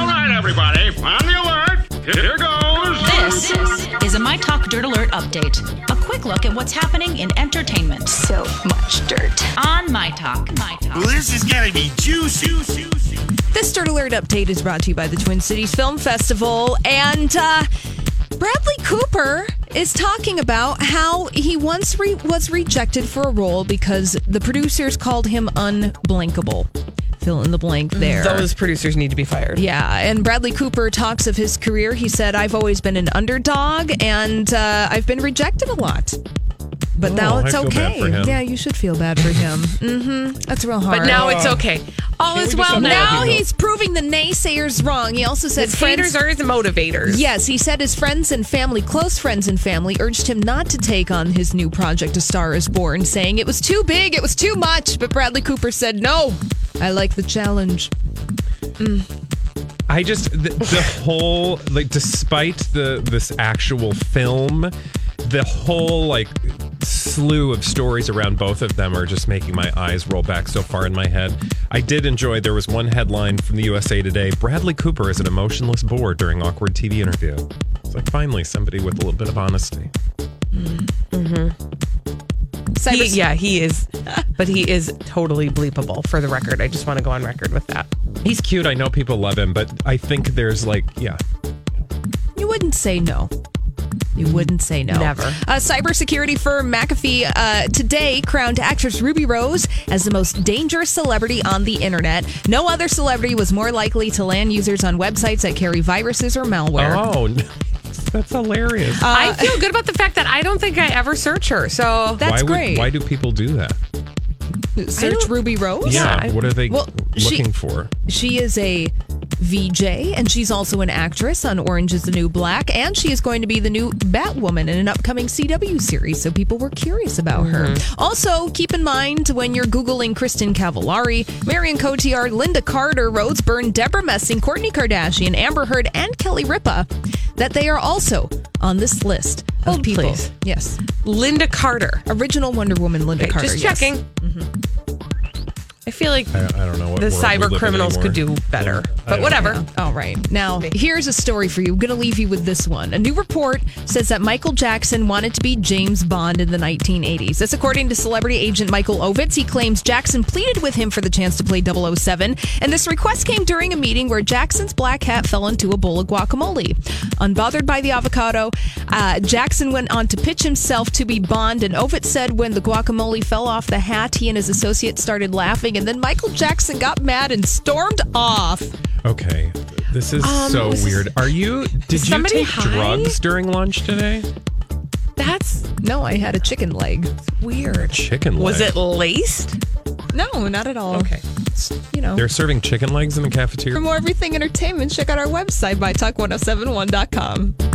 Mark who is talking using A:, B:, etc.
A: everybody, on the alert. Here goes.
B: This is a My Talk Dirt Alert update. A quick look at what's happening in entertainment
C: So much dirt.
B: on My Talk. My Talk.
D: This is gonna be juicy.
E: This Dirt Alert update is brought to you by the Twin Cities Film Festival. And uh, Bradley Cooper is talking about how he once re- was rejected for a role because the producers called him unblinkable. Fill in the blank
F: Mm,
E: there.
G: Those producers need to be fired.
E: Yeah, and Bradley Cooper talks of his career. He said, I've always been an underdog and uh, I've been rejected a lot. But now
F: Oh, I
E: it's
F: feel bad
E: okay.
F: for him.
E: Yeah, you should feel bad for him. hmm That's real hard.
G: But now it's okay.
E: all
F: Can't
E: is
F: we just
E: well.
F: allow
E: Now
F: people-
E: he's proving the naysayers wrong. He also said
G: His haters
E: friends.
G: are his motivators.
E: Yes, he said his friends and family, close friends and family, urged him not to take on his new project, A Star is Born, saying it was too big, it was too much. But Bradley Cooper said, no, I like the challenge.
F: I just the, the whole like despite the this actual film, the whole like slew of stories around both of them are just making my eyes roll back so far in my head. I did enjoy there was one headline from the USA Today: Bradley Cooper is an emotionless bore during awkward TV interview. It's like finally somebody with a little bit of honesty.
E: Cyber-
G: He, yeah, he is. But he is totally bleepable for the record. I just want to go on record with that.
F: He's cute. I know people love him, but I think there's like yeah,
E: You wouldn't say no. You wouldn't say no.
G: Never.
E: Uh, cybersecurity firm McAfee uh, today crowned actress Ruby Rose as the most dangerous celebrity on the internet. No other celebrity was more likely to land users on websites that carry viruses or malware.
F: oh. That's hilarious.
G: I feel good about the fact that I don't think I ever search her. So
E: That's
F: Oh. why would,
E: great.
F: Why do people do that?
E: Search
G: don't-
E: Ruby Rose.
F: Yeah,
G: Yeah.
F: what are they
E: Well, she-
F: looking for?
E: She is a VJ and she's also an actress on Orange is the New Black and she is going to be the new Batwoman in an upcoming CW series so people were curious about her.
G: Mm-hmm.
E: Also, keep in mind when you're googling Kristen Cavallari, Marion Cotillard, Linda Carter, Rhodes Byrne, Deborah Messing, Courtney Kardashian, Amber Heard and Kelly Ripa that they are also on this list of
G: Hold,
E: people.
G: Oh, please.
E: Yes.
G: Linda Carter.
E: Original Wonder Woman Linda
G: Okay,
E: Carter.
G: just
E: yes.
G: checking. Mm-hmm. I feel like
F: I, I don't know what
G: the
F: world we live
G: cyber
F: in
G: criminals could do
F: anymore.
G: better.
F: I don't
G: But whatever.
E: All right. Now, here's a story for you. I'm going to leave you with this one. A new report says that Michael Jackson wanted to be James Bond in the 1980s. That's according to celebrity agent Michael Ovitz. He claims Jackson pleaded with him for the chance to play 007, and this request came during a meeting where Jackson's black hat fell into a bowl of guacamole. Unbothered by the avocado, uh, Jackson went on to pitch himself to be Bond, and Ovitz said when the guacamole fell off the hat, he and his associates started laughing, and then Michael Jackson got mad and stormed off.
F: Okay, this is so
G: was Um, this-
F: weird. Are you? Did you
G: somebody
F: take
G: high?
F: drugs during lunch today?
G: That's
E: No, I had a chicken leg.
G: weird.
F: Chicken
G: Was
F: leg.
G: it laced?
E: No, not at all.
G: Okay.
E: You know.
F: They're serving chicken legs in the cafeteria.
E: For more everything entertainment, check out our website by talk1071.com.